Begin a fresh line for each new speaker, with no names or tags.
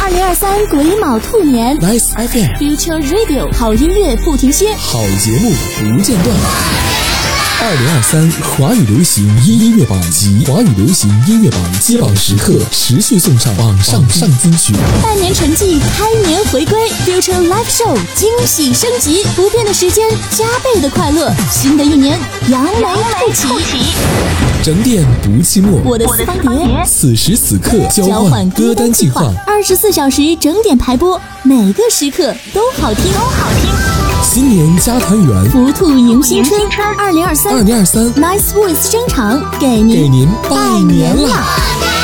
二零二三癸卯兔年
Nice FM
，Future Radio 好音乐不停歇。
好节目不间断。二零二三华语流行音乐榜及华语流行音乐榜揭榜时刻，持续送上榜上上金曲。
半年沉寂，开年回归，Future Live Show 惊喜升级，不变的时间，加倍的快乐。新的一年，扬眉吐气。
整点不寂
我
寞，
的私房碟
此时此刻交换歌单计划，
二十四小时整点排播，每个时刻都好听。都好听。
新年加团圆，
福兔迎新春，二零二
二
三
零二三
Nice Voice 声场给您
给您拜
拜
年
年
啦！
啦！